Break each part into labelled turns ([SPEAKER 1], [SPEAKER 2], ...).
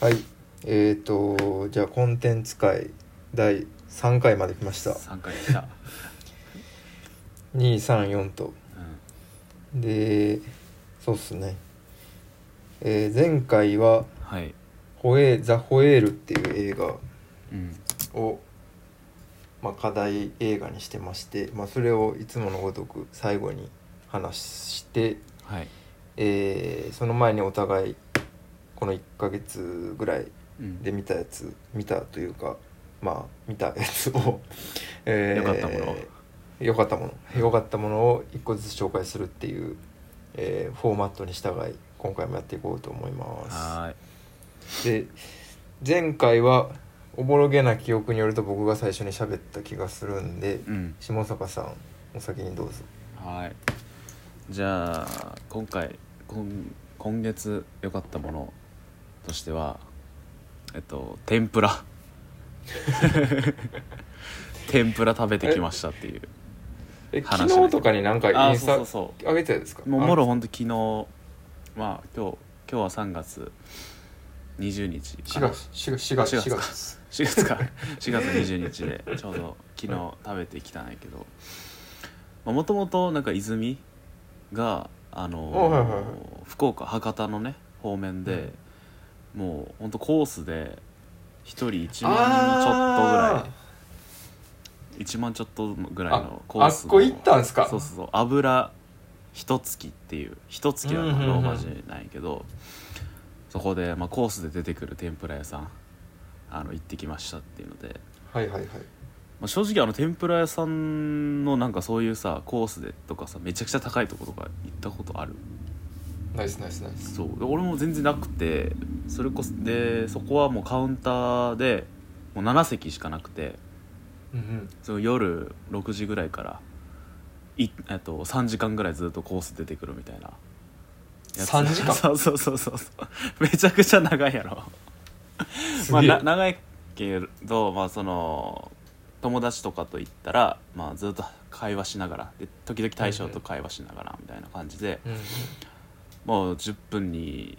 [SPEAKER 1] はいえーとじゃあコンテンツ会第3回まで来ました
[SPEAKER 2] 3回来 た、
[SPEAKER 1] 234と
[SPEAKER 2] うん、
[SPEAKER 1] でそうっすねえー前回は
[SPEAKER 2] はい、
[SPEAKER 1] ホエー「ザ・ホエール」っていう映画
[SPEAKER 2] うん、
[SPEAKER 1] を、まあ、課題映画にしてまして、まあ、それをいつものごとく最後に話して、
[SPEAKER 2] はい、
[SPEAKER 1] えーその前にお互いこの1ヶ月ぐらい
[SPEAKER 2] うん、
[SPEAKER 1] で見たやつ見たというかまあ見たやつを、え
[SPEAKER 2] 良かったもの
[SPEAKER 1] 良かったもの良かったものを1個ずつ紹介するっていう、えーフォーマットに従い今回もやっていこうと思います。
[SPEAKER 2] は
[SPEAKER 1] で前回はおぼろげな記憶によると僕が最初に喋った気がするんで
[SPEAKER 2] ーい、うん、
[SPEAKER 1] 下坂さんお先にどうぞ。
[SPEAKER 2] はいじゃあ今回今今月良かったものとしてはえっと天ぷ ら天ぷら食べてきましたっていう
[SPEAKER 1] え
[SPEAKER 2] 話しな
[SPEAKER 1] 昨
[SPEAKER 2] い
[SPEAKER 1] 日とかに何か
[SPEAKER 2] あ
[SPEAKER 1] イ
[SPEAKER 2] あ
[SPEAKER 1] ンス
[SPEAKER 2] そうそ
[SPEAKER 1] タ
[SPEAKER 2] うそう
[SPEAKER 1] 上げてたんですか
[SPEAKER 2] もうもろほんと昨日まあ今日今日は3月20日
[SPEAKER 1] 4月4月4月
[SPEAKER 2] 4
[SPEAKER 1] 4
[SPEAKER 2] 月
[SPEAKER 1] 月
[SPEAKER 2] 4月か 4月20日でちょうど昨日食べてきたんやけどもともとなんか泉があのー
[SPEAKER 1] おはいはいはい
[SPEAKER 2] 福岡博多のね方面で、もうほんとコースで1人1万ちょっとぐらい
[SPEAKER 1] あー
[SPEAKER 2] 1万ちょっとぐらい
[SPEAKER 1] あ
[SPEAKER 2] のコ
[SPEAKER 1] あ
[SPEAKER 2] ー
[SPEAKER 1] っ
[SPEAKER 2] スの
[SPEAKER 1] こ行ったんすか
[SPEAKER 2] そうそうそう油一月っていう一月はまあ
[SPEAKER 1] うんう
[SPEAKER 2] ロ
[SPEAKER 1] んう
[SPEAKER 2] ー
[SPEAKER 1] ん
[SPEAKER 2] マ字なんやけど、そこで、まあ、コースで出てくる天ぷら屋さんあの行ってきましたっていうので、
[SPEAKER 1] はいはいはい
[SPEAKER 2] まあ、正直あの天ぷら屋さんのなんかそういうさコースでとかさめちゃくちゃ高いとことか行ったことある
[SPEAKER 1] ナイスナイスナイス
[SPEAKER 2] そうで俺も全然なくてそれこそでそこはもうカウンターでもう7席しかなくて
[SPEAKER 1] うんうん
[SPEAKER 2] その夜6時ぐらいからい、えっと、3時間ぐらいずっとコース出てくるみたいなやつ
[SPEAKER 1] 3時間
[SPEAKER 2] そうそうそうそうそうめちゃくちゃ長いやろ、
[SPEAKER 1] す
[SPEAKER 2] まあ、
[SPEAKER 1] げえ、
[SPEAKER 2] な長いけど、まあ、その友達とかと行ったら、まあ、ずっと会話しながらで時々大将と会話しながらみたいな感じで、
[SPEAKER 1] うんうん
[SPEAKER 2] もう10分に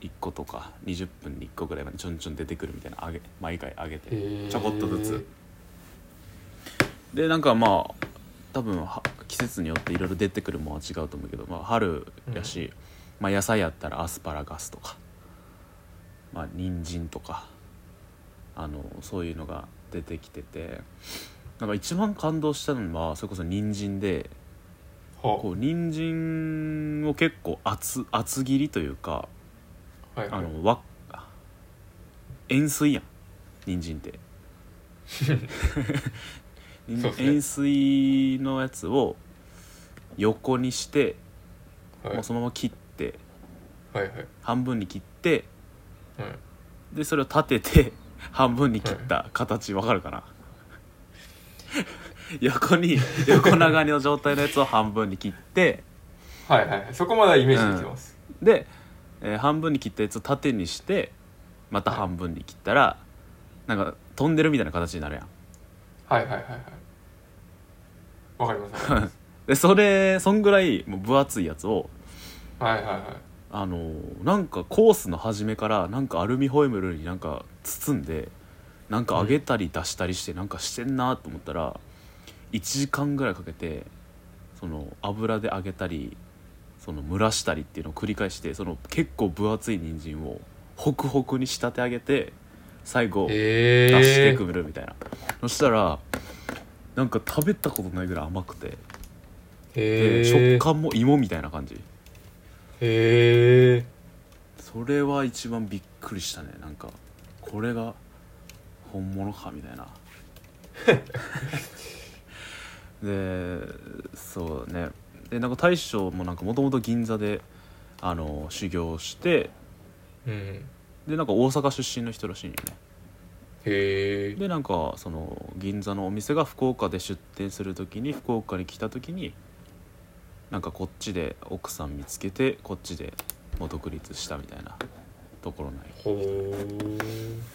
[SPEAKER 2] 1個とか20分に1個ぐらいまでちょんちょん出てくるみたいなあげ毎回上げて
[SPEAKER 1] へえ
[SPEAKER 2] ちょこっとずつでなんかまあ多分は季節によっていろいろ出てくるものは違うと思うけど、まあ、春やし、まあ、野菜やったらアスパラガスとかまあ人参とかあのそういうのが出てきててなんか一番感動したのはそれこそ人参でこ
[SPEAKER 1] は
[SPEAKER 2] う人参を結構厚厚切りというか
[SPEAKER 1] あはい
[SPEAKER 2] あ
[SPEAKER 1] はい
[SPEAKER 2] のわ塩水やん人参って 人
[SPEAKER 1] そうっすね
[SPEAKER 2] 塩水のやつを横にして、
[SPEAKER 1] はい
[SPEAKER 2] もうそのまま切って
[SPEAKER 1] はいはい
[SPEAKER 2] 半分に切って
[SPEAKER 1] うん
[SPEAKER 2] でそれを立てて 半分に切った形わかるかな 横に横長にの状態のやつを半分に切って
[SPEAKER 1] はいはいはいそこまではイメージできます、
[SPEAKER 2] で、えー半分に切ったやつを縦にしてまた半分に切ったらなんか飛んでるみたいな形になるやん
[SPEAKER 1] はいはいはいはいわかりますわかりま す
[SPEAKER 2] でそれそんぐらいもう分厚いやつを
[SPEAKER 1] はいはいはい
[SPEAKER 2] あのーなんかコースの初めからなんかアルミホイルになんか包んでなんか揚げたり出したりしてなんかしてんなと思ったら1時間ぐらいかけてその油で揚げたりその蒸らしたりっていうのを繰り返してその結構分厚い人参をホクホクに仕立て上げて最後出
[SPEAKER 1] ええ
[SPEAKER 2] してくるみたいな、そしたらなんか食べたことないぐらい甘くて、
[SPEAKER 1] へ
[SPEAKER 2] で
[SPEAKER 1] え
[SPEAKER 2] 食感も芋みたいな感じ
[SPEAKER 1] へえ
[SPEAKER 2] それは一番びっくりしたねなんかこれが本物かみたいなでそうねでなんか大将もなんかもともと銀座であの修行して
[SPEAKER 1] うん
[SPEAKER 2] でなんか大阪出身の人らしいんよね
[SPEAKER 1] へえ
[SPEAKER 2] でなんかその銀座のお店が福岡で出店する時に福岡に来た時になんかこっちで奥さん見つけてこっちでもう独立したみたいなところなんよ
[SPEAKER 1] ほー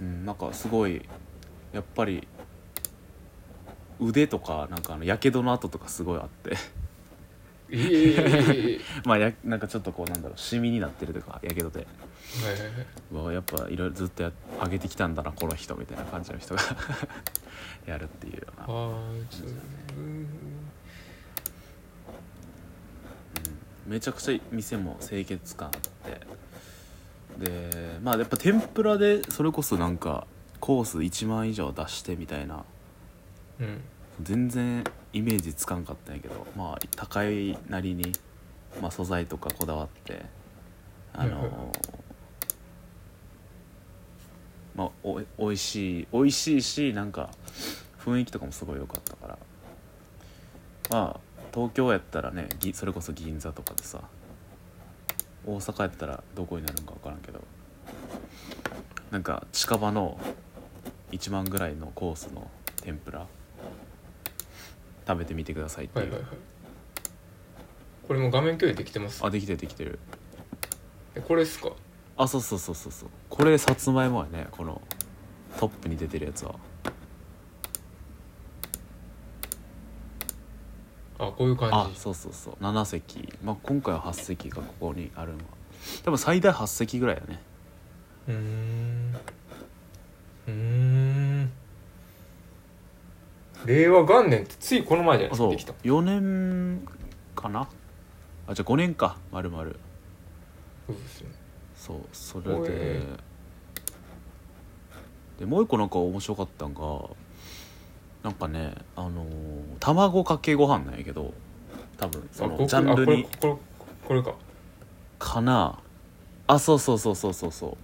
[SPEAKER 2] うん、なんかすごいやっぱり腕とかなんかあのやけどの跡とかすごいあって
[SPEAKER 1] ええ
[SPEAKER 2] まあやなんかちょっとこうなんだろうシミになってるとかやけどで
[SPEAKER 1] え
[SPEAKER 2] うわやっぱいろいろずっとや上げてきたんだなこの人みたいな感じの人が やるっていうような
[SPEAKER 1] ああちょっとうん
[SPEAKER 2] めちゃくちゃ店も清潔感あってでまあやっぱ天ぷらでそれこそなんかコース1万以上出してみたいな
[SPEAKER 1] うん
[SPEAKER 2] 全然イメージつかんかったんやけどまあ高いなりに、まあ、素材とかこだわってあ
[SPEAKER 1] うんうん
[SPEAKER 2] の まあおいおいしいおいしいしなんか雰囲気とかもすごい良かったからまあ東京やったらねぎそれこそ銀座とかでさ大阪やったらどこになるんか分からんけどなんか近場の1万ぐらいのコースの天ぷら食べてみてくださいって、
[SPEAKER 1] はいいうはいはいこれも画面共有できてます
[SPEAKER 2] あできてるできてる
[SPEAKER 1] えこれですか
[SPEAKER 2] あそうそうそうそうそうこれさつまいもやねこのトップに出てるやつは
[SPEAKER 1] あこういう
[SPEAKER 2] あ
[SPEAKER 1] 感じ
[SPEAKER 2] そうそうそう7席、まあ、今回は8席がここにあるのは多分最大8席ぐらいだね
[SPEAKER 1] うーんうーん令和元年ってついこの前じゃない
[SPEAKER 2] あ
[SPEAKER 1] ですかできた
[SPEAKER 2] そう
[SPEAKER 1] の
[SPEAKER 2] 4年かなあじゃあ5年かまるまる
[SPEAKER 1] そうですね
[SPEAKER 2] そうそれ
[SPEAKER 1] おい
[SPEAKER 2] ででもう一個なんか面白かったんがなんかねあのー卵かけご飯なんやけど多分そ
[SPEAKER 1] あこ
[SPEAKER 2] の
[SPEAKER 1] う
[SPEAKER 2] ジャンルに
[SPEAKER 1] あこれこれこれか
[SPEAKER 2] かなあそうそうそうそうそうそう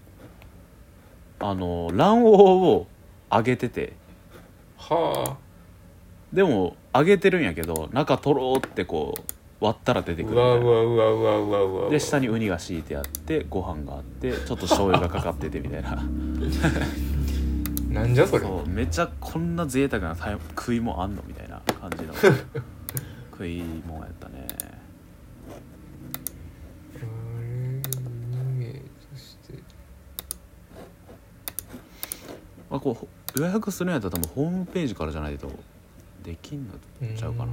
[SPEAKER 2] あのー卵黄を揚げてて
[SPEAKER 1] は
[SPEAKER 2] でも揚げてるんやけど中とろーってこう割ったら出
[SPEAKER 1] あ
[SPEAKER 2] てく
[SPEAKER 1] う
[SPEAKER 2] るみたい
[SPEAKER 1] わ
[SPEAKER 2] な
[SPEAKER 1] うわうわうわうわうわ
[SPEAKER 2] で下にウニが敷いてあってご飯があってちょっと醤油がかかっててみたいな
[SPEAKER 1] なんじゃそれ
[SPEAKER 2] そうめちゃこんな贅沢なタイ食いもんあんのみたいな感じの食いもんやったね
[SPEAKER 1] あれ運営として
[SPEAKER 2] まあこうほ予約するんやったら多分ホームページからじゃないとできんのちゃうかな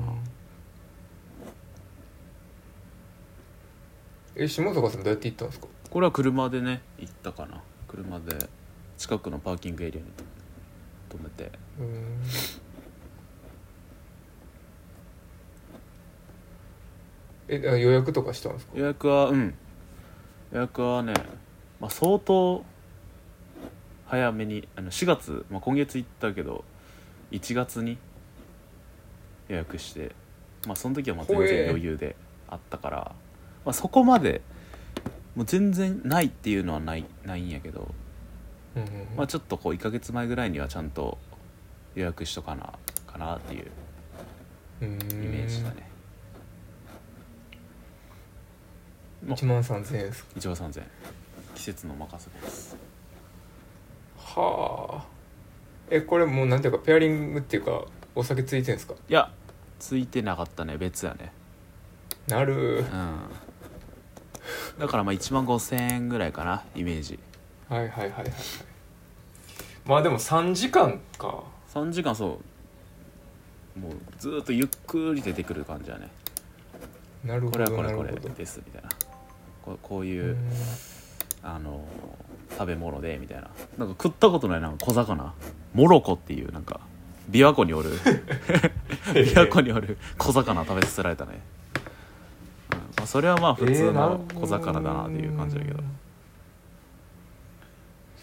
[SPEAKER 1] え下坂さんどうやって行ったんですか
[SPEAKER 2] これは車でね行ったかな車で近くのパーキングエリアに止めて
[SPEAKER 1] うーんえあ予約とかしたんですか
[SPEAKER 2] 予約はうん予約はね、まあ、相当早めにあの4月、まあ、今月行ったけど1月に予約してまあその時はまあ全
[SPEAKER 1] ほえ
[SPEAKER 2] 然余裕であったから、まあ、そこまでもう全然ないっていうのはないないんやけど、
[SPEAKER 1] うんうんうん
[SPEAKER 2] まあ、ちょっとこう1ヶ月前ぐらいにはちゃんと予約しとかなかなっていう
[SPEAKER 1] イメ
[SPEAKER 2] イメージだね
[SPEAKER 1] 1万3000円ですか
[SPEAKER 2] 1万3000季節の任せです
[SPEAKER 1] はあえこれもうなんていうかペアリングっていうかお酒ついてんですか
[SPEAKER 2] いやついてなかったね別やね
[SPEAKER 1] なる
[SPEAKER 2] うんだからまあ1万5000円ぐらいかなイメージ
[SPEAKER 1] はいはいはいはいはいまあでも3時間か
[SPEAKER 2] 3時間そうもうずーっとゆっくり出てくる感じやね
[SPEAKER 1] なるほ
[SPEAKER 2] これは
[SPEAKER 1] ど
[SPEAKER 2] こ
[SPEAKER 1] な
[SPEAKER 2] れ
[SPEAKER 1] る
[SPEAKER 2] こ
[SPEAKER 1] ほ
[SPEAKER 2] れ
[SPEAKER 1] ど
[SPEAKER 2] ですみたいなここう
[SPEAKER 1] う
[SPEAKER 2] い
[SPEAKER 1] ー
[SPEAKER 2] う、
[SPEAKER 1] ん
[SPEAKER 2] あのー食べ物でみたいななんか食ったことないなんか小魚モロコっていうなんか琵琶湖におる 琵琶湖におる小魚食べさせられたね、うんまあ、それはまあ普
[SPEAKER 1] え
[SPEAKER 2] 通
[SPEAKER 1] ーなる
[SPEAKER 2] の小魚だなっていう感じだけど、
[SPEAKER 1] うー
[SPEAKER 2] も
[SPEAKER 1] ん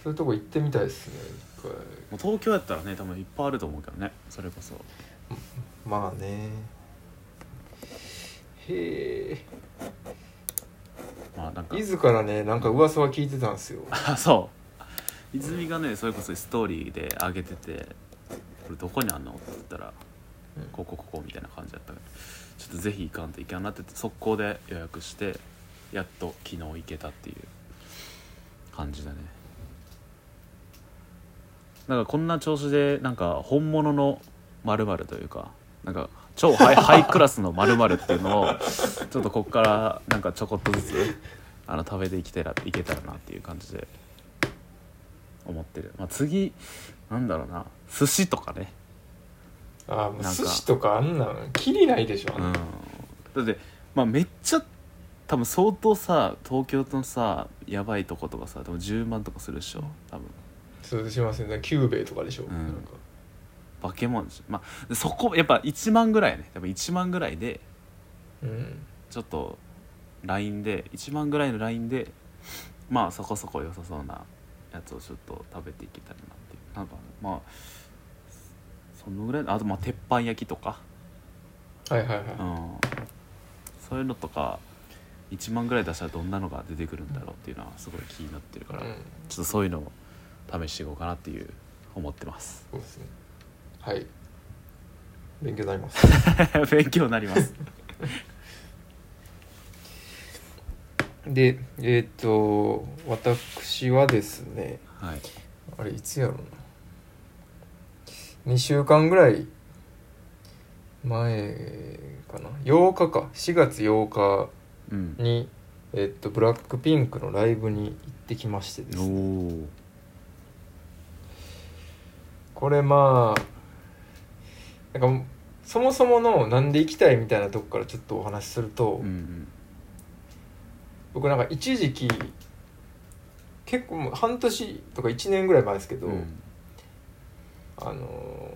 [SPEAKER 1] そういうとこ行ってみたいですね一回
[SPEAKER 2] う東京やったらね多分いっぱいあると思うけどねそれこそ
[SPEAKER 1] まあねへえ
[SPEAKER 2] まあなんか
[SPEAKER 1] 伊豆からねなんか噂は聞いてたんですよ
[SPEAKER 2] あそう泉がねそれこそストーリーで上げてて「これどこにあんの?」って言ったら
[SPEAKER 1] うん
[SPEAKER 2] 「ここここ」みたいな感じだったからちょっとぜひ行かんといけんなって言って速攻で予約してやっと昨日行けたっていう感じだねなんかこんな調子でなんか本物の〇〇というかなんか超 ハイハイクラスの〇〇っていうのをちょっとこっからなんかちょこっとずつあの食べていきたらいけたらなっていう感じで思ってる、まあ、次なんだろうな寿司とかね
[SPEAKER 1] ああもう
[SPEAKER 2] なんか
[SPEAKER 1] 寿司とかあんなのきりないでしょ、
[SPEAKER 2] うんだってまあめっちゃ多分相当さ東京のさやばいとことかさでも10万とかするでしょ多分
[SPEAKER 1] そうすいませんねキューベイとかでしょ、
[SPEAKER 2] ん
[SPEAKER 1] なんか
[SPEAKER 2] 化け物でしょまあそこやっぱ1万ぐらいやね多分1万ぐらいで
[SPEAKER 1] うん
[SPEAKER 2] ちょっと LINE で1万ぐらいの LINE でまあそこそこ良さそうなやつをちょっと食べていけたらなっていうなんかまあそのぐらいあとまあ鉄板焼きとか
[SPEAKER 1] はいはいはい、
[SPEAKER 2] うんそういうのとか1万ぐらい出したらどんなのが出てくるんだろうっていうのはすごい気になってるから、
[SPEAKER 1] うん
[SPEAKER 2] ちょっとそういうのを試していこうかなっていう思ってます
[SPEAKER 1] そうですねはい勉強になります
[SPEAKER 2] 勉強になります
[SPEAKER 1] でえっ、と私はですね
[SPEAKER 2] はい
[SPEAKER 1] あれいつやろうな2週間ぐらい前かな8日か4月8日
[SPEAKER 2] うん
[SPEAKER 1] に、えっと、ブラックピンクのライブに行ってきましてです
[SPEAKER 2] お
[SPEAKER 1] ね
[SPEAKER 2] お
[SPEAKER 1] これまあなんかそもそものなんで行きたいみたいなとこからちょっとお話しすると、
[SPEAKER 2] うんうん
[SPEAKER 1] 僕なんか一時期結構もう半年とか1年ぐらい前ですけど、
[SPEAKER 2] うん
[SPEAKER 1] あの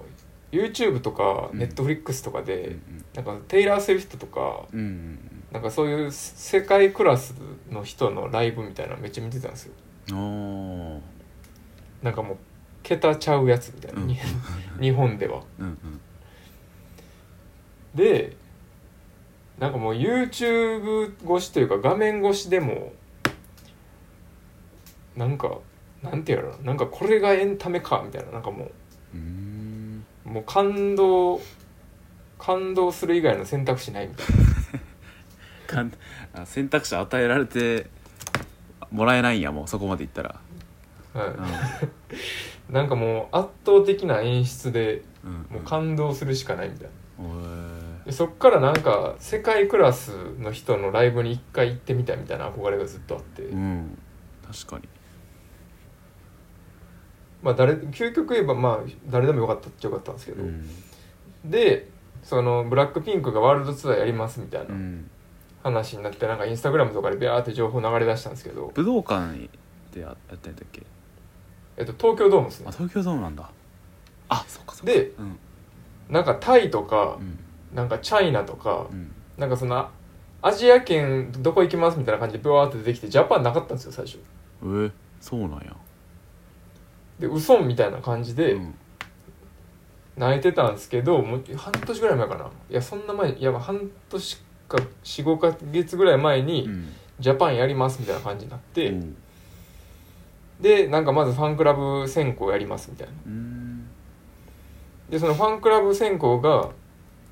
[SPEAKER 1] YouTube とか
[SPEAKER 2] うん
[SPEAKER 1] Netflix とかで、
[SPEAKER 2] うん
[SPEAKER 1] なんかテイラー・スウィフトとか
[SPEAKER 2] うんうん
[SPEAKER 1] なんかそういう世界クラスの人のライブみたいなのめっちゃ見てたんですよ
[SPEAKER 2] うんおー
[SPEAKER 1] なんかもう桁ちゃうやつみたいな、
[SPEAKER 2] うん
[SPEAKER 1] に日本では
[SPEAKER 2] うんうん
[SPEAKER 1] でなんかもう YouTube 越しというか画面越しでもなんかなんていうのなんかこれがエンタメかみたいななんかも
[SPEAKER 2] うーん
[SPEAKER 1] うもう感動感動する以外の選択肢ないみたい
[SPEAKER 2] かんあ選択肢与えられてもらえないんやもうそこまでいったら
[SPEAKER 1] な、はい
[SPEAKER 2] うん
[SPEAKER 1] なんかもう圧倒的な演出で
[SPEAKER 2] うん
[SPEAKER 1] もう
[SPEAKER 2] うん
[SPEAKER 1] 感動するしかないみたいな
[SPEAKER 2] おー
[SPEAKER 1] でそっからなんか世界クラスの人のライブに一回行ってみたいみたいな憧れがずっとあって、
[SPEAKER 2] うん確かに
[SPEAKER 1] まあ誰究極言えばまあ誰でもよかったっちゃよかったんですけど、
[SPEAKER 2] うん
[SPEAKER 1] でそのブラックピンクがワールドツアーやりますみたいうなん話になってなんかインスタグラムとかでビャーって情報流れ出したんですけど、
[SPEAKER 2] 武道館でややったんだっけ
[SPEAKER 1] えっと、東京ドームですね
[SPEAKER 2] あ東京ドームなんだあそっかそっか
[SPEAKER 1] で
[SPEAKER 2] うん
[SPEAKER 1] なんかタイとか
[SPEAKER 2] う、ん
[SPEAKER 1] なんかチャイナとか、
[SPEAKER 2] うん
[SPEAKER 1] なんかそのアジア圏どこ行きますみたいな感じでビャーって出てきてジャパンなかったんですよ最初
[SPEAKER 2] えー、そうなんや
[SPEAKER 1] で嘘みたいな感じで、
[SPEAKER 2] うん
[SPEAKER 1] 泣いてたんですけどもう半年ぐらい前かないやそんな前いや半年か45か月ぐらい前
[SPEAKER 2] う
[SPEAKER 1] に
[SPEAKER 2] ん
[SPEAKER 1] ジャパンやりますみたいな感じになって、
[SPEAKER 2] うん
[SPEAKER 1] でなんかまずファンクラブ選考やりますみたいな
[SPEAKER 2] うん
[SPEAKER 1] でそのファンクラブ選考が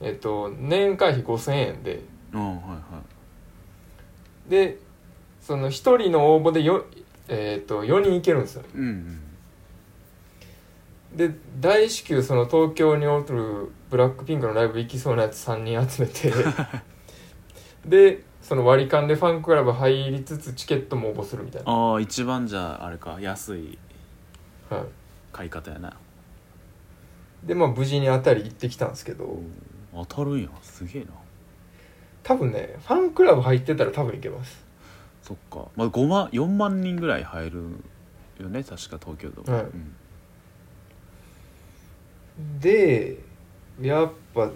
[SPEAKER 1] えっと年会費5000円で
[SPEAKER 2] あはいは
[SPEAKER 1] でその1人の応募でよ、えっと4人いけるんですよ
[SPEAKER 2] いうんうん
[SPEAKER 1] で大至急その東京におるブラックピンクのライブ行きそうなやつ3人集めてでその割り勘でファンクラブ入りつつチケットも応募するみたいな、
[SPEAKER 2] ああ一番じゃああれか安い
[SPEAKER 1] は、
[SPEAKER 2] 買い方やない
[SPEAKER 1] でまあ無事に当たり行ってきたんですけど
[SPEAKER 2] 当たるんやすげえな
[SPEAKER 1] 多分ねファンクラブ入ってたら多分行けます、
[SPEAKER 2] そっかまあ5万4万人ぐらい入るよね確か東京ドーム
[SPEAKER 1] はい
[SPEAKER 2] うん
[SPEAKER 1] でやっぱ、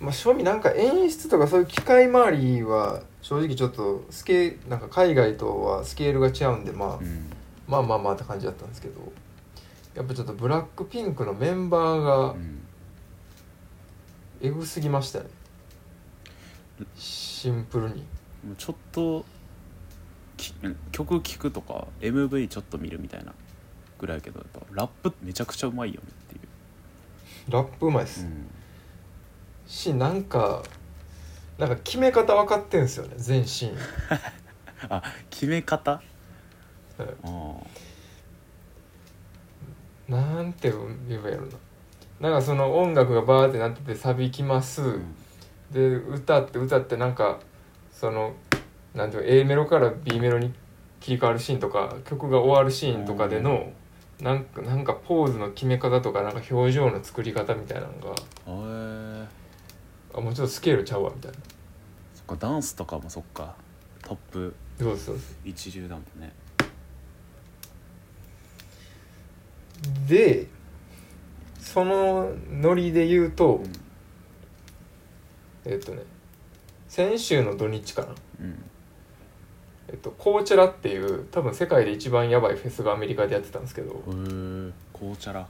[SPEAKER 1] まあ、正味なんか演出とかそういう機械周りは正直ちょっとスケなんか海外とはスケールが違うんでまあ、
[SPEAKER 2] うん
[SPEAKER 1] まあまあまあって感じだったんですけどやっぱちょっとブラックピンクのメンバーが
[SPEAKER 2] うん
[SPEAKER 1] エグすぎましたねシンプルに
[SPEAKER 2] もうちょっとき曲聴くとか MV ちょっと見るみたいなぐらいやけどやっぱラップめちゃくちゃうまいよねっていう
[SPEAKER 1] ラップうまいです、
[SPEAKER 2] う
[SPEAKER 1] しなんかなんか決め方分かってんすよね全シーン
[SPEAKER 2] ん、あ決め方
[SPEAKER 1] はい
[SPEAKER 2] あー
[SPEAKER 1] なんて言えばいいのななんかその音楽がバーってなっててサビきます、
[SPEAKER 2] うん
[SPEAKER 1] で歌って歌ってなんかそのなんていうか A メロから B メロに切り替わるシーンとか曲が終わるシーンとかでのなんかなんかポーズの決め方とかなんか表情の作り方みたいなのが
[SPEAKER 2] あー
[SPEAKER 1] あもうちょっとスケールちゃうわみたいな
[SPEAKER 2] そっかダンスとかもそっかトップ
[SPEAKER 1] そうそうそ
[SPEAKER 2] 一流だもんね
[SPEAKER 1] うでそのノリで言うと、えっとね先週の土日かな
[SPEAKER 2] うん
[SPEAKER 1] えっと、コーチェラっていう多分世界で一番やばいフェスがアメリカでやってたんですけど
[SPEAKER 2] うんへえ紅茶らへ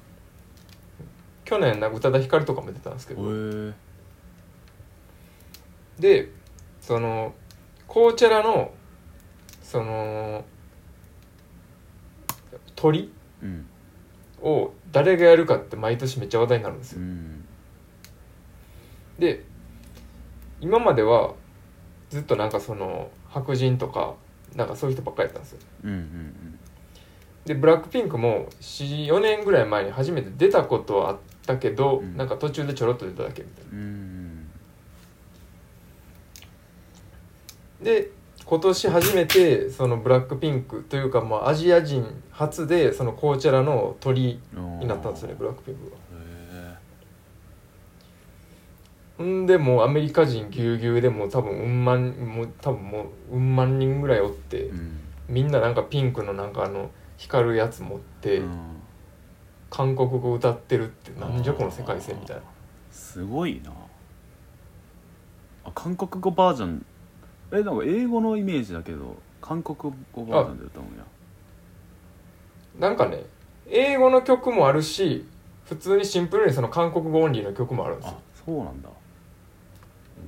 [SPEAKER 1] 去年な宇多田ヒカルとかも出たんですけど
[SPEAKER 2] え
[SPEAKER 1] でそのコーチェラのその鳥
[SPEAKER 2] うん
[SPEAKER 1] を誰がやるかって毎年めっちゃ話題になるんです
[SPEAKER 2] う
[SPEAKER 1] よ
[SPEAKER 2] ん
[SPEAKER 1] で今まではずっとなんかその白人とかなんかそういう人ばっかりやったんですよ
[SPEAKER 2] うんうん
[SPEAKER 1] でブラックピンクも4年ぐらい前に初めて出たことはあったけど、
[SPEAKER 2] うん
[SPEAKER 1] なんか途中でちょろっと出ただけみたいな
[SPEAKER 2] うんうん
[SPEAKER 1] で今年初めてそのブラックピンクというかまあアジア人初でその紅茶らの鳥になったんですよねブラックピンクが
[SPEAKER 2] へえ
[SPEAKER 1] ほんでもうアメリカ人ぎゅうぎゅうでもう多分うん万もう多分もううん万人ぐらいおって
[SPEAKER 2] うん
[SPEAKER 1] みんななんかピンクのなんかあの光るやつ持って
[SPEAKER 2] うん
[SPEAKER 1] 韓国語歌ってるってなんじゃこの世界線みたいな
[SPEAKER 2] すごいなあ韓国語バージョンえなんか英語のイメージだけど韓国語バージョンで歌うんや
[SPEAKER 1] なんかね英語の曲もあるし普通にシンプルにその韓国語オンリーの曲もあるんです
[SPEAKER 2] あ
[SPEAKER 1] よ
[SPEAKER 2] そうなんだう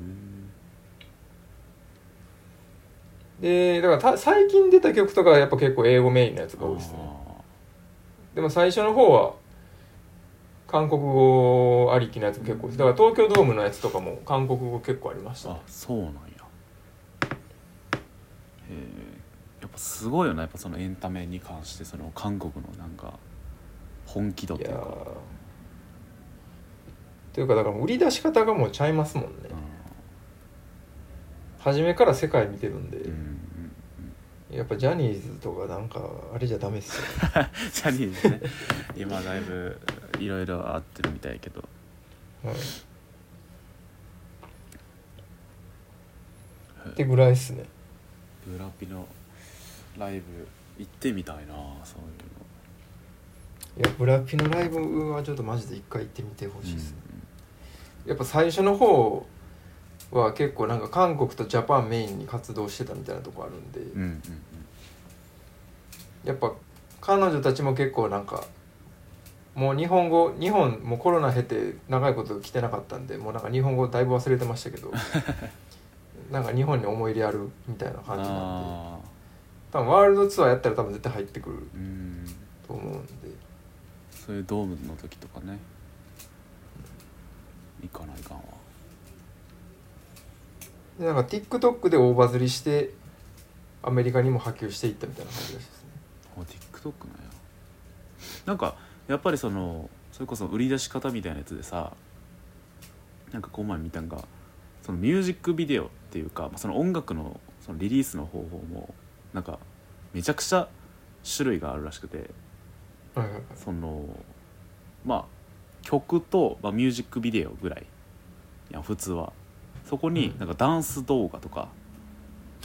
[SPEAKER 2] ん
[SPEAKER 1] でだからた最近出た曲とかはやっぱ結構英語メインのやつが多いですね
[SPEAKER 2] あ
[SPEAKER 1] でも最初の方は韓国語ありきのやつも結構ですだから東京ドームのやつとかも韓国語結構ありました
[SPEAKER 2] ー
[SPEAKER 1] ね
[SPEAKER 2] あそうなんやへえやっぱすごいよなやっぱそのエンタメに関してその韓国のなんか本気度っ
[SPEAKER 1] い
[SPEAKER 2] てい
[SPEAKER 1] や
[SPEAKER 2] うか
[SPEAKER 1] ーというかだから売り出し方がもうちゃいますもんね初めから世界見てるんで
[SPEAKER 2] うん、うんうん、
[SPEAKER 1] やっぱジャニーズとかなんかあれじゃダメっすよ
[SPEAKER 2] ジャニーズね今だいぶいろいろ合ってるみたいやけど
[SPEAKER 1] はいってぐらいっすね
[SPEAKER 2] ブラピのライブ行ってみたいなそういうの
[SPEAKER 1] いやブラピのライブはちょっとマジで一回行ってみてほしいですね、
[SPEAKER 2] う
[SPEAKER 1] やっぱ最初の方は結構なんか韓国とジャパンメインに活動してたみたいなとこあるんで、
[SPEAKER 2] んうんうん
[SPEAKER 1] やっぱ彼女たちも結構なんかもう日本語日本もうコロナ経て長いこと来てなかったんでもうなんか日本語だいぶ忘れてました けどなんか日本に思い入れあるみたいな感じなんで
[SPEAKER 2] あ
[SPEAKER 1] 多分ワールドツアーやったら多分絶対入ってくる
[SPEAKER 2] ーうん
[SPEAKER 1] と思うんで
[SPEAKER 2] そういうドームの時とかね行かないかんわ
[SPEAKER 1] でなんか TikTok で大バズりしてアメリカにも波及していったみたいな感じらしいですね
[SPEAKER 2] あ TikTok なんやなんかやっぱりそのそれこそ売り出し方みたいなやつでさなんかこの前見たんがそのミュージックビデオっていうかまあその音楽のそのリリースの方法もなんかめちゃくちゃ種類があるらしくて
[SPEAKER 1] はいはいはい
[SPEAKER 2] そのまあ曲と、まあ、ミュージックビデオぐらいいや普通はそこに
[SPEAKER 1] うん
[SPEAKER 2] なんかダンス動画とか、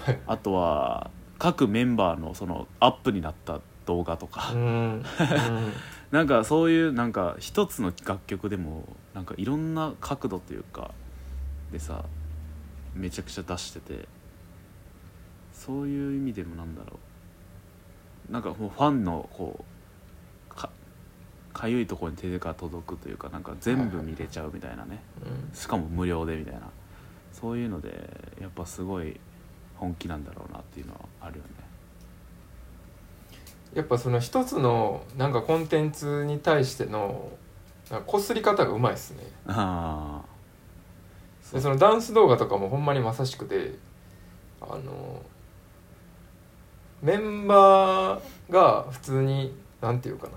[SPEAKER 1] はい
[SPEAKER 2] あとは各メンバーのそのアップになった動画とか、
[SPEAKER 1] うーんうーん
[SPEAKER 2] なんかそういうなんか一つの楽曲でもなんかいろんな角度というかでさめちゃくちゃ出しててそういう意味でもなんだろうなんかもうファンのこうかかゆいところに手が届くというかなんか全部見れちゃうみたいなね
[SPEAKER 1] うん
[SPEAKER 2] しかも無料でみたいなそういうのでやっぱすごい本気なんだろうなっていうのはあるよね。
[SPEAKER 1] やっぱその一つのなんかコンテンツに対してのなんかこすり方がうまいですね
[SPEAKER 2] あそ
[SPEAKER 1] で
[SPEAKER 2] う
[SPEAKER 1] そのダンス動画とかもほんまにまさしくてあのメンバーが普通になんていうかな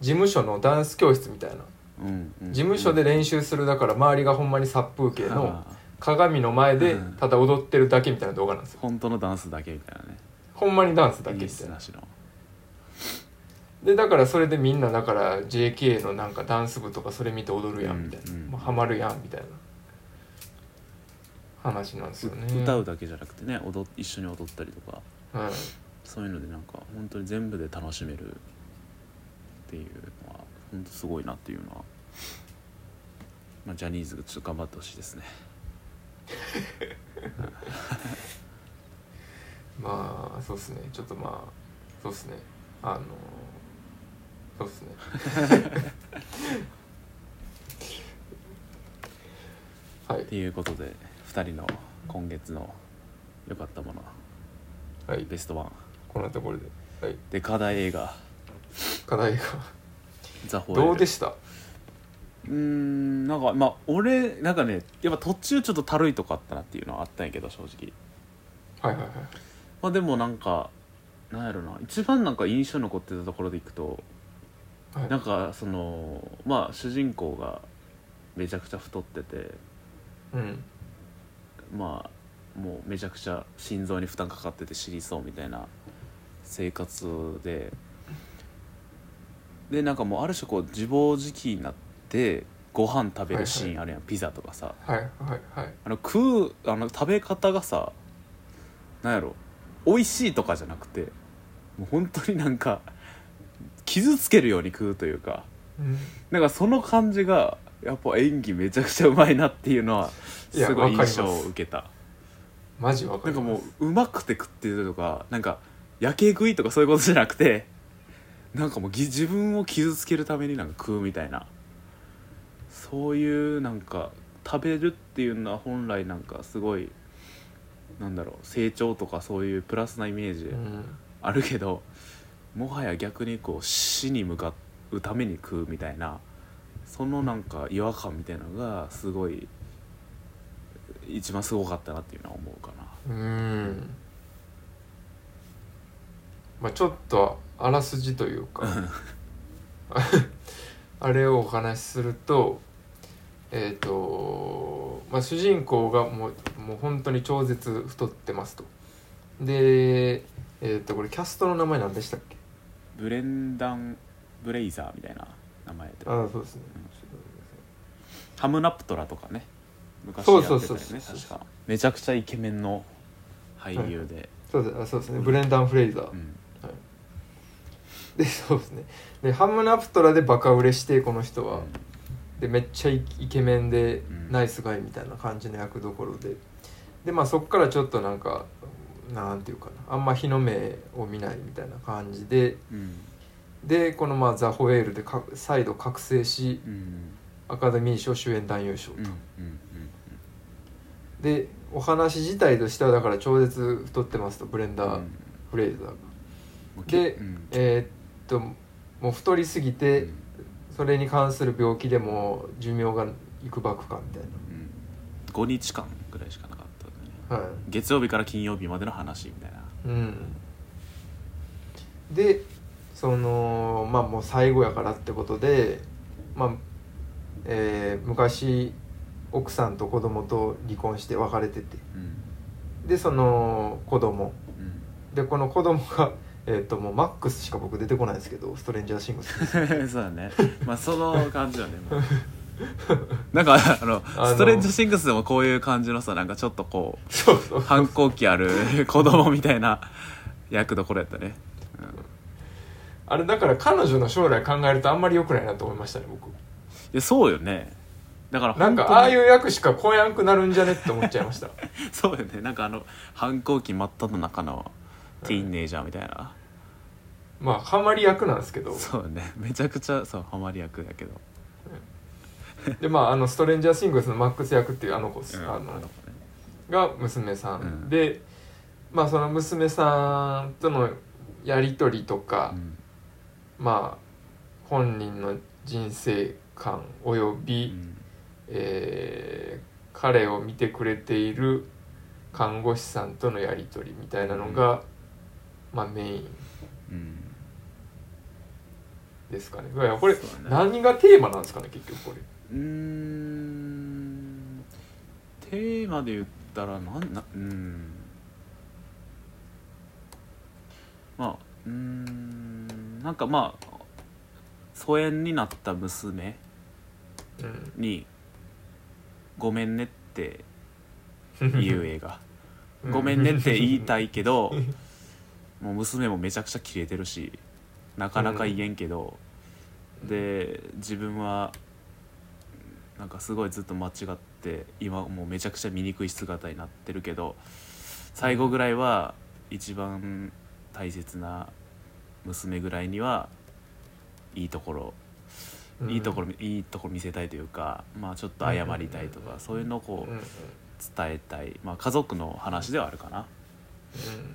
[SPEAKER 1] 事務所のダンス教室みたいな
[SPEAKER 2] ーうんうんうん
[SPEAKER 1] 事務所で練習するだから周りがほんまに殺風景 の
[SPEAKER 2] あー
[SPEAKER 1] 鏡の前で
[SPEAKER 2] うん
[SPEAKER 1] ただ踊ってるだけみたいな動画なんですよ
[SPEAKER 2] 本当のダンスだけみたいなね
[SPEAKER 1] ほんまにダンスだけ
[SPEAKER 2] 演
[SPEAKER 1] みた
[SPEAKER 2] 出
[SPEAKER 1] いな
[SPEAKER 2] なしの
[SPEAKER 1] でだからそれでみんなだから JK のなんかダンス部とかそれ見て踊るやんみたいな、
[SPEAKER 2] うんうん
[SPEAKER 1] まあハマるやんみたいな話なんですよね。
[SPEAKER 2] 歌うだけじゃなくてね踊っ一緒に踊ったりとか
[SPEAKER 1] はい、
[SPEAKER 2] そういうのでなんか本当に全部で楽しめるっていうのは本当すごいなっていうのは、まあ、ジャニーズがちょっと頑張ってほしいですね
[SPEAKER 1] まあそうですねちょっとまあそうですねあのそうですね はい
[SPEAKER 2] っていうことで2人の今月の良かったもの
[SPEAKER 1] はい
[SPEAKER 2] ベストワン
[SPEAKER 1] こんなところではい
[SPEAKER 2] で課題映画
[SPEAKER 1] 課題が
[SPEAKER 2] 「ザ・ホエール」
[SPEAKER 1] どうでした
[SPEAKER 2] うーんなんかまあ俺なんかねやっぱ途中ちょっとたるいとこあったなっていうのはあったんやけど正直
[SPEAKER 1] はいはいはい
[SPEAKER 2] まあでもなんかなんやろな一番なんか印象に残ってたところでいくと
[SPEAKER 1] はい
[SPEAKER 2] なんかそのまあ主人公がめちゃくちゃ太ってて
[SPEAKER 1] うん
[SPEAKER 2] まあもうめちゃくちゃ心臓に負担かかってて死にそうみたいな生活ででなんかもうある種こう自暴自棄になってご飯食べるシーンあるやんピザとかさ
[SPEAKER 1] はいはいはい
[SPEAKER 2] あの食うあの食べ方がさなんやろ美味しいとかじゃなくてもう本当になんか傷つけるように食うというか
[SPEAKER 1] うん
[SPEAKER 2] なんかその感じがやっぱ演技めちゃくちゃうまいなっていうのはい
[SPEAKER 1] や
[SPEAKER 2] すご
[SPEAKER 1] わか
[SPEAKER 2] い
[SPEAKER 1] りま
[SPEAKER 2] 印
[SPEAKER 1] す
[SPEAKER 2] 象を受けた
[SPEAKER 1] マジわか
[SPEAKER 2] な
[SPEAKER 1] り
[SPEAKER 2] んか
[SPEAKER 1] ま
[SPEAKER 2] も
[SPEAKER 1] す
[SPEAKER 2] ううまくて食ってるとかなんかやけ食いとかそういうことじゃなくてなんかもうぎ自分を傷つけるためになんか食うみたいなそういうなんか食べるっていうのは本来なんかすごいなんだろう成長とかそういうプラスなイメージ
[SPEAKER 1] うん
[SPEAKER 2] あるけど、もはや逆にこう死に向かうために食うみたいなそのなんか違和感みたいなのがすごい一番すごかったなっていうのは思うかな。
[SPEAKER 1] うーんまあちょっとあらすじというか あれをお話しするとえっ、とまあ主人公がもうもう本当に超絶太ってますとでえっ、とこれキャストの名前何でしたっけ
[SPEAKER 2] ブレンダン・ブレイザーみたいな名前で
[SPEAKER 1] ああそうですね
[SPEAKER 2] ハムナプトラとかね昔や
[SPEAKER 1] そ
[SPEAKER 2] っ
[SPEAKER 1] う
[SPEAKER 2] て
[SPEAKER 1] そ
[SPEAKER 2] たよ
[SPEAKER 1] う
[SPEAKER 2] ね
[SPEAKER 1] そうそう
[SPEAKER 2] 確かめちゃくちゃイケメンの俳優で、
[SPEAKER 1] そうですあそうですねブレンダン・フレイザー、
[SPEAKER 2] うん
[SPEAKER 1] でそうですねでハムナプトラでバカ売れしてこの人は、
[SPEAKER 2] うん
[SPEAKER 1] でめっちゃイケメンで
[SPEAKER 2] うん
[SPEAKER 1] ナイスガイみたいな感じの役どころででまあそっからちょっとなんかなんていうかなあんま日の目を見ないみたいな感じで
[SPEAKER 2] うん
[SPEAKER 1] でこのまあザ・ホエールでか再度覚醒し
[SPEAKER 2] うんうん
[SPEAKER 1] アカデミー賞主演男優賞と、
[SPEAKER 2] うん
[SPEAKER 1] でお話自体としてはだから超絶太ってますとブレン
[SPEAKER 2] うん
[SPEAKER 1] ダ
[SPEAKER 2] う
[SPEAKER 1] ー・
[SPEAKER 2] ん
[SPEAKER 1] フレイザーが、
[SPEAKER 2] もうけ
[SPEAKER 1] で、
[SPEAKER 2] うん
[SPEAKER 1] えーっともう太りすぎて、
[SPEAKER 2] うん
[SPEAKER 1] それに関する病気でも寿命がいくばくかみたい
[SPEAKER 2] うん5日間ぐらいしかなかったね
[SPEAKER 1] なはい
[SPEAKER 2] 月曜日から金曜日までの話みたいな
[SPEAKER 1] うんでそのまあもう最後やからってことで、まあえー昔奥さんと子供と離婚して別れてて
[SPEAKER 2] うん
[SPEAKER 1] でその子供
[SPEAKER 2] うん
[SPEAKER 1] でこの子供がえっ、ともうマックスしか僕出てこないんですけどストレンジャーシングス
[SPEAKER 2] そうだねまあその感じよね もうなんかあの
[SPEAKER 1] あの
[SPEAKER 2] ストレンジャーシングスでもこういう感じのさなんかちょっとこ
[SPEAKER 1] そうそう
[SPEAKER 2] 反抗期ある 子供みたいな役どころやったね、うん、い
[SPEAKER 1] あれだから彼女の将来考えるとあんまり良くないなと思いましたね僕
[SPEAKER 2] やそうよねだから
[SPEAKER 1] なん
[SPEAKER 2] 本
[SPEAKER 1] か
[SPEAKER 2] 当に
[SPEAKER 1] ああいう役しか来やんくなるんじゃねって思っちゃいました
[SPEAKER 2] そうよねなんかあの反抗期真っ只中のティーンネイジャーみたいな、
[SPEAKER 1] まあハマり役なんですけど
[SPEAKER 2] そうよねめちゃくちゃそうハマり役だけど、
[SPEAKER 1] でまああのストレンジャーシングスのマックス役っていうあの子っす、
[SPEAKER 2] うん
[SPEAKER 1] あ
[SPEAKER 2] あの
[SPEAKER 1] の
[SPEAKER 2] 子ね
[SPEAKER 1] が娘さん、
[SPEAKER 2] うん
[SPEAKER 1] でまあその娘さんとのやり取りとか
[SPEAKER 2] う、ん
[SPEAKER 1] まあ本人の人生観および、えー彼を見てくれている看護師さんとのやり取りみたいなのが、まあメイン
[SPEAKER 2] うん
[SPEAKER 1] ですかねいやこれ、
[SPEAKER 2] そうだね
[SPEAKER 1] 何がテーマなんですかね結局これ
[SPEAKER 2] うーんテーマで言ったらなんなうーんまあうーんなんかまあ疎遠になった娘
[SPEAKER 1] うん
[SPEAKER 2] に「ごめんね」って いう映画「ごめんね」って言いたいけ どもう娘もめちゃくちゃキレてるしなかなか言えんけど、で自分はなんかすごいずっと間違って今もうめちゃくちゃ醜い姿になってるけど最後ぐらいは一番大切な娘ぐらいにはいいところいいところいいところ見せたいというか、まあ、ちょっと謝りたいとか、そういうのをこう
[SPEAKER 1] うんうん
[SPEAKER 2] 伝えたい、まあ、家族の話ではあるかな、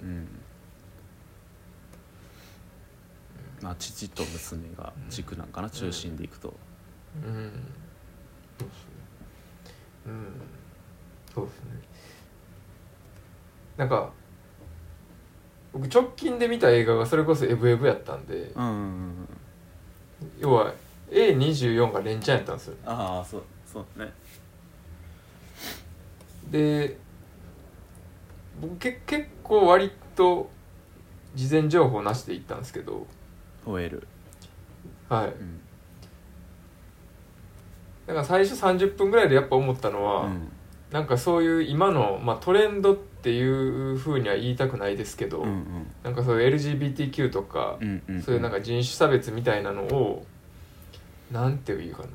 [SPEAKER 2] うんまあ、父と娘が軸なんかな中心でいくと、
[SPEAKER 1] うんうんそうっすねうんそうですねなんか僕直近で見た映画がそれこそ「エブエブ」やったんで
[SPEAKER 2] うんうんうん、
[SPEAKER 1] 要は A24 が連チャンやったんですよ
[SPEAKER 2] ああそうそうね
[SPEAKER 1] で僕け結構割と事前情報なしで行ったんですけど
[SPEAKER 2] 吠える、
[SPEAKER 1] はい
[SPEAKER 2] うん
[SPEAKER 1] だから最初30分ぐらいでやっぱ思ったのは、
[SPEAKER 2] うん
[SPEAKER 1] なんかそういう今の、まあ、トレンドっていうふうには言いたくないですけど、
[SPEAKER 2] うんうん
[SPEAKER 1] なんかそういう LGBTQ とか、
[SPEAKER 2] うんうん
[SPEAKER 1] そういうなんか人種差別みたいなのをなんていうかな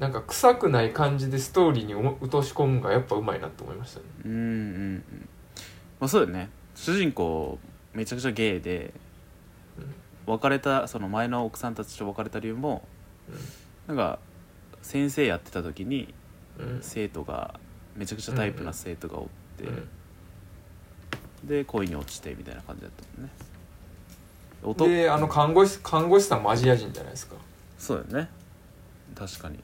[SPEAKER 1] なんか臭くない感じでストーリーにお落とし込むのがやっぱうまいなと思いましたね。
[SPEAKER 2] うんうんうんまあそうだよね主人公めちゃくちゃゲイで
[SPEAKER 1] うん
[SPEAKER 2] 別れたその前の奥さんたちと別れた理由もなんか先生やってた時に
[SPEAKER 1] うん
[SPEAKER 2] 生徒がめちゃくちゃタイプな生徒がおって、
[SPEAKER 1] うん
[SPEAKER 2] で恋に落ちてみたいな感じだったもんね音
[SPEAKER 1] であの看護師看護師さんもアジア人じゃないですか
[SPEAKER 2] そうだよね確かに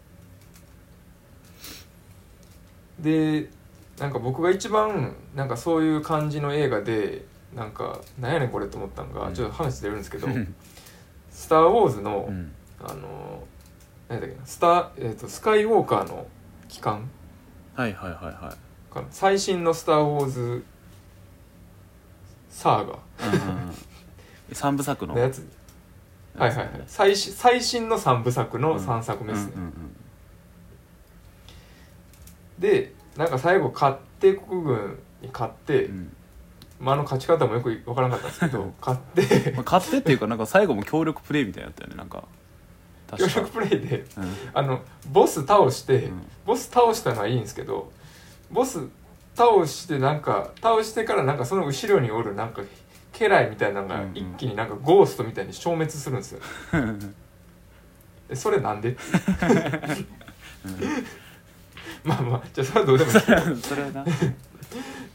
[SPEAKER 1] でなんか僕が一番なんかそういう感じの映画でなんかなんやねんこれと思ったのが、
[SPEAKER 2] うん
[SPEAKER 1] ちょっと話出るんですけど
[SPEAKER 2] うん
[SPEAKER 1] 「スター・ウォーズの」
[SPEAKER 2] うん
[SPEAKER 1] あの何だっけなスター、えー、とスカイウォーカーの期間
[SPEAKER 2] はいはいはいはい
[SPEAKER 1] かな最新の「スター・ウォーズ」サーガ
[SPEAKER 2] 三部作の
[SPEAKER 1] のやつ、はいはいはい最新最新の3部作の3作目ですね、
[SPEAKER 2] うんうん
[SPEAKER 1] でなんか最後勝って国軍に勝って、
[SPEAKER 2] うんうん
[SPEAKER 1] まあ、あの勝ち方もよく分からなかったんですけど勝 って
[SPEAKER 2] まあ、勝手っていうかなんか最後も協力プレイみたいになったよねなんか
[SPEAKER 1] 協
[SPEAKER 2] 確か
[SPEAKER 1] 力プレイで
[SPEAKER 2] うん
[SPEAKER 1] あのボス倒して、
[SPEAKER 2] うん
[SPEAKER 1] ボス倒したのはいいんですけどボス倒してなんか倒してからなんかその後ろにおるなんか家来みたいなの
[SPEAKER 2] う
[SPEAKER 1] が
[SPEAKER 2] んうん
[SPEAKER 1] 一気になんかゴーストみたいに消滅するんですよ、えそれなんでっていうまあまあじゃあそれはどうでもいい
[SPEAKER 2] それはそれはな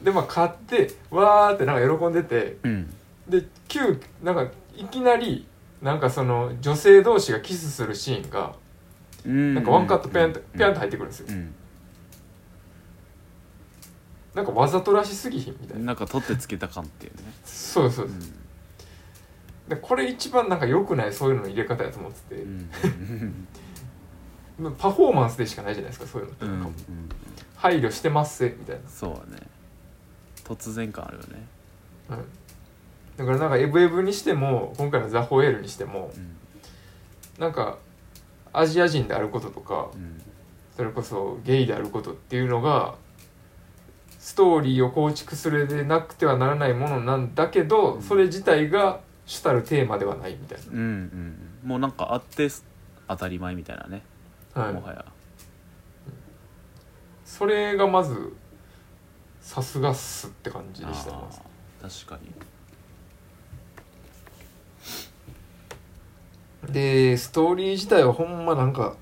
[SPEAKER 1] でまあ買ってわーってなんか喜んでて
[SPEAKER 2] うん
[SPEAKER 1] で急なんかいきなりなんかその女性同士がキスするシーンが
[SPEAKER 2] な
[SPEAKER 1] なんかワンカットペンって
[SPEAKER 2] うん
[SPEAKER 1] ペンって入ってくるんですよなんかわざとらしすぎひんみた
[SPEAKER 2] う
[SPEAKER 1] い
[SPEAKER 2] ん
[SPEAKER 1] な
[SPEAKER 2] なんか取ってつけた感っていうね
[SPEAKER 1] そうそううんそうでこれ一番なんか良くないそういうのの入れ方やと思ってて、
[SPEAKER 2] うん
[SPEAKER 1] まあパフォーマンスでしかないじゃないですかそういうのって
[SPEAKER 2] うんう
[SPEAKER 1] なんか
[SPEAKER 2] んう
[SPEAKER 1] も
[SPEAKER 2] ん
[SPEAKER 1] う配慮してますせみたい
[SPEAKER 2] そうだね突然感あるよね
[SPEAKER 1] な、うん、だからなんか「エブエブ」にしても今回の「ザ・ホエール」にしても
[SPEAKER 2] うん
[SPEAKER 1] なんかアジア人であることとか
[SPEAKER 2] うん
[SPEAKER 1] それこそゲイであることっていうのがストーリーを構築するでなくてはならないものなんだけ
[SPEAKER 2] う
[SPEAKER 1] ど
[SPEAKER 2] ん
[SPEAKER 1] それ自体が主たるテーマではないみたい
[SPEAKER 2] うんうんもうなんかあって当たり前みたいなね
[SPEAKER 1] な、はい
[SPEAKER 2] も、はや
[SPEAKER 1] それがまずさすがっすって感じでしたね
[SPEAKER 2] あー確かに
[SPEAKER 1] でストーリー自体はほんまなんか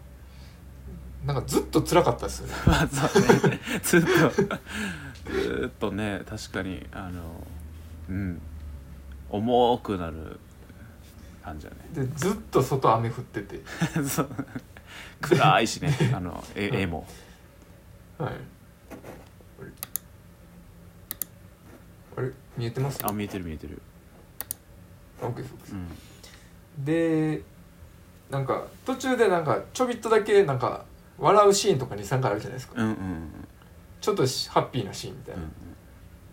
[SPEAKER 1] なんかずっと辛かったですよね
[SPEAKER 2] まあそうねずっとずーっとね確かにあのうん重くなる感じだ
[SPEAKER 1] でずっと外雨降ってて、
[SPEAKER 2] ねそう暗いしねあの絵
[SPEAKER 1] うん
[SPEAKER 2] 絵も
[SPEAKER 1] はい、あれ見えてます
[SPEAKER 2] あ見えてる見えてる
[SPEAKER 1] あ OK です OK です
[SPEAKER 2] うん
[SPEAKER 1] でなんか途中でなんかちょびっとだけなんか笑うシーンとか23回あるじゃないですか
[SPEAKER 2] うんうん
[SPEAKER 1] ちょっとしハッピーなシーンみたい
[SPEAKER 2] うんう
[SPEAKER 1] な、
[SPEAKER 2] ん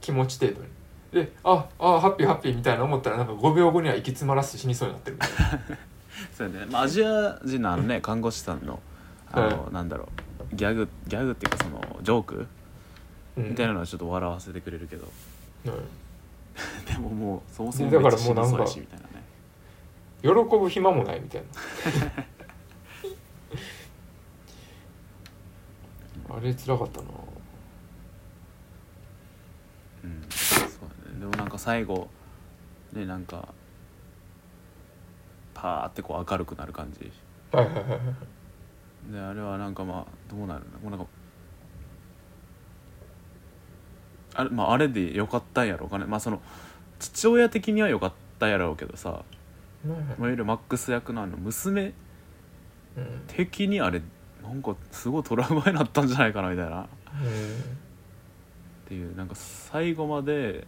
[SPEAKER 1] 気持ち程度にでああハッピーハッピーみたいな思ったらなんか5秒後には行き詰まらせて死にそうになってるみたいな
[SPEAKER 2] そうだね、まあ、アジア人のあのね看護師さんのあの、なんだろうギャグギャグっていうかそのジョーク
[SPEAKER 1] うん
[SPEAKER 2] みたいなのはちょっと笑わせてくれるけど、
[SPEAKER 1] うん
[SPEAKER 2] でももうそもそも
[SPEAKER 1] だ
[SPEAKER 2] め
[SPEAKER 1] か
[SPEAKER 2] っ
[SPEAKER 1] ら
[SPEAKER 2] ちゃし
[SPEAKER 1] も
[SPEAKER 2] ん
[SPEAKER 1] うな
[SPEAKER 2] ど
[SPEAKER 1] んか
[SPEAKER 2] そうやしみたいなね
[SPEAKER 1] 喜ぶ暇もないみた いなあれ辛かったな
[SPEAKER 2] うんそうだねでもなんか最後ねなんかパーってこう明るくなる感じ
[SPEAKER 1] はいはいはいはい
[SPEAKER 2] であれはなんかまあどうなるのもうなんかあれ,、まあ、あれでよかったんやろうかねまあその父親的にはよかったやろうけどさ、まあ、いわゆるマックス役のあの娘
[SPEAKER 1] うん
[SPEAKER 2] 的にあれなんかすごいトラウマになったんじゃないかなみたいなっていうなんか最後まで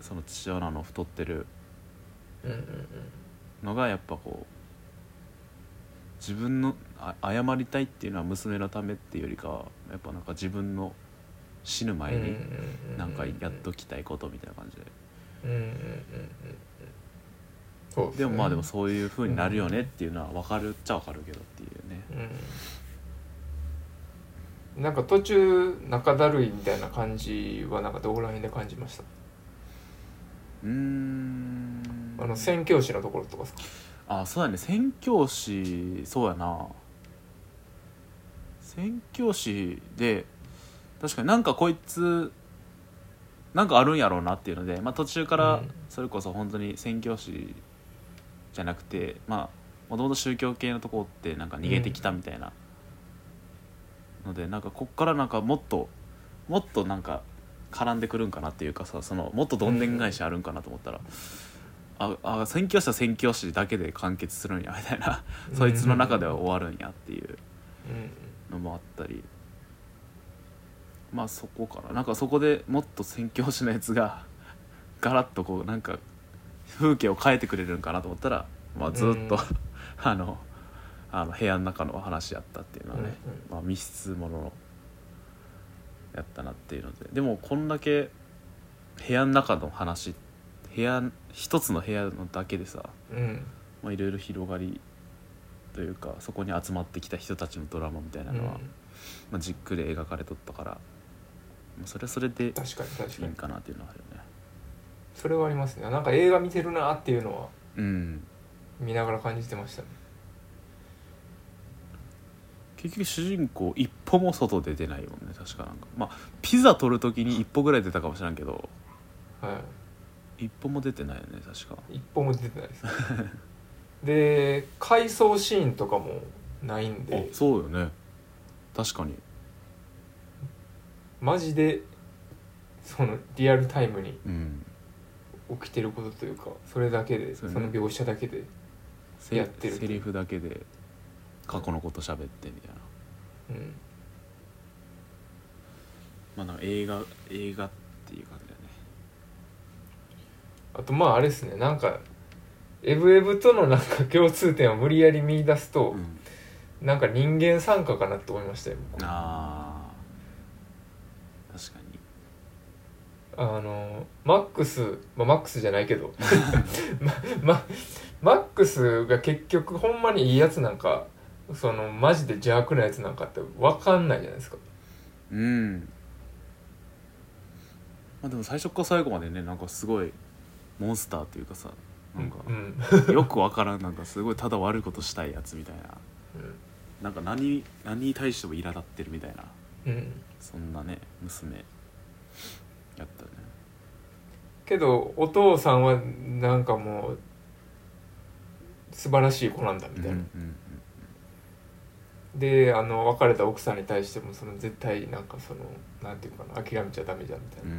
[SPEAKER 2] その父親のあの太ってる
[SPEAKER 1] うんうんうん
[SPEAKER 2] のがやっぱこう自分のあ謝りたいっていうのは娘のためっていうよりかはやっぱなんか自分の死ぬ前
[SPEAKER 1] うんうん
[SPEAKER 2] に
[SPEAKER 1] うう
[SPEAKER 2] なんかやっときたいことみたいな感じで、
[SPEAKER 1] うんうんうんうんうんそうすね
[SPEAKER 2] でもまあでもそういう風になるよねっていうのは分かるっちゃ分かるけどっていうね
[SPEAKER 1] うんなんか途中中だるいみたいな感じはなんかどこら辺で感じました
[SPEAKER 2] うーん
[SPEAKER 1] あの宣教師のところとかですか
[SPEAKER 2] あそうだね宣教師そうやな宣教師で確かになんかこいつなんかあるんやろうなっていうので、まあ、途中か
[SPEAKER 1] う
[SPEAKER 2] ら
[SPEAKER 1] ん
[SPEAKER 2] それこそ本当に宣教師じゃなくてまあもともと宗教系のとこってなんか逃げてきたみたいなのでなんかこっからなんかもっともっとなんか絡んでくるんかなっていうかさそのもっとどんでん返しあるんかなと思ったら、ああ宣教師は宣教師だけで完結するんやみたいな そいつの中では終わるんやっていう
[SPEAKER 1] うん
[SPEAKER 2] のもあったりまあそこかななんかそこでもっと宣教師のやつが ガラッとこうなんか風景を変えてくれるんかなと思ったら、まあ、ずっと、
[SPEAKER 1] うん
[SPEAKER 2] あのあの部屋の中の話やったっていうのはね、
[SPEAKER 1] うんうん
[SPEAKER 2] まあ、密室もののやったなっていうのででもこんだけ部屋の中の話部屋一つの部屋のだけでさ
[SPEAKER 1] うんうん
[SPEAKER 2] まあいろいろ広がりというかそこに集まってきた人たちのドラマみたいな
[SPEAKER 1] うん
[SPEAKER 2] のは、まあ、じっくり描かれとったから、まあ、それはそれでい
[SPEAKER 1] 確かに確
[SPEAKER 2] い
[SPEAKER 1] か
[SPEAKER 2] ん
[SPEAKER 1] に
[SPEAKER 2] かなっていうのはあるよね
[SPEAKER 1] それはありますねなんか映画見てるなっていうのは
[SPEAKER 2] うん
[SPEAKER 1] 見ながら感じてましたね
[SPEAKER 2] 結局主人公一歩も外で出ないもんね確かなんかまあピザ取る時に一歩ぐらい出たかもしれんけど
[SPEAKER 1] は
[SPEAKER 2] 一歩も出てないよね確か
[SPEAKER 1] い一歩も出てない ですで回想シーンとかもないんで
[SPEAKER 2] あそうよね確かに
[SPEAKER 1] マジでそのリアルタイムに
[SPEAKER 2] うん
[SPEAKER 1] 起きてることというかそれだけで
[SPEAKER 2] そ
[SPEAKER 1] そう
[SPEAKER 2] ね
[SPEAKER 1] の描写だけで
[SPEAKER 2] せ
[SPEAKER 1] やってる
[SPEAKER 2] セリフだけで過去のこと喋ってみたいな
[SPEAKER 1] うん
[SPEAKER 2] まあなんか映画映画っていう感じだよね
[SPEAKER 1] あとまああれですねなんかエブエブとのなんか共通点を無理やり見出すと、
[SPEAKER 2] う
[SPEAKER 1] なんか人間参加かなって思いましたよ
[SPEAKER 2] ん、
[SPEAKER 1] 僕
[SPEAKER 2] あー確かに
[SPEAKER 1] あのマックス、まあ、マックスじゃない けどま、ま、マックスが結局ほんまにいいやつなんかそのマジで邪悪なやつなんかって分かんないじゃないですか
[SPEAKER 2] うんまあでも最初から最後までねなんかすごいモンスターっていうかさなん か
[SPEAKER 1] うん
[SPEAKER 2] よくわからんなんかすごいただ悪いことしたいやつみたいななんか何何に対しても苛立ってるみたいな
[SPEAKER 1] うん、うん、
[SPEAKER 2] そんなね娘やったね
[SPEAKER 1] けどお父さんはなんかもう素晴らしい子なんだみたいな、
[SPEAKER 2] うんうん
[SPEAKER 1] であの別れた奥さんに対してもその絶対なんかそのなんていうかな諦めちゃダメじゃんみたい
[SPEAKER 2] うんう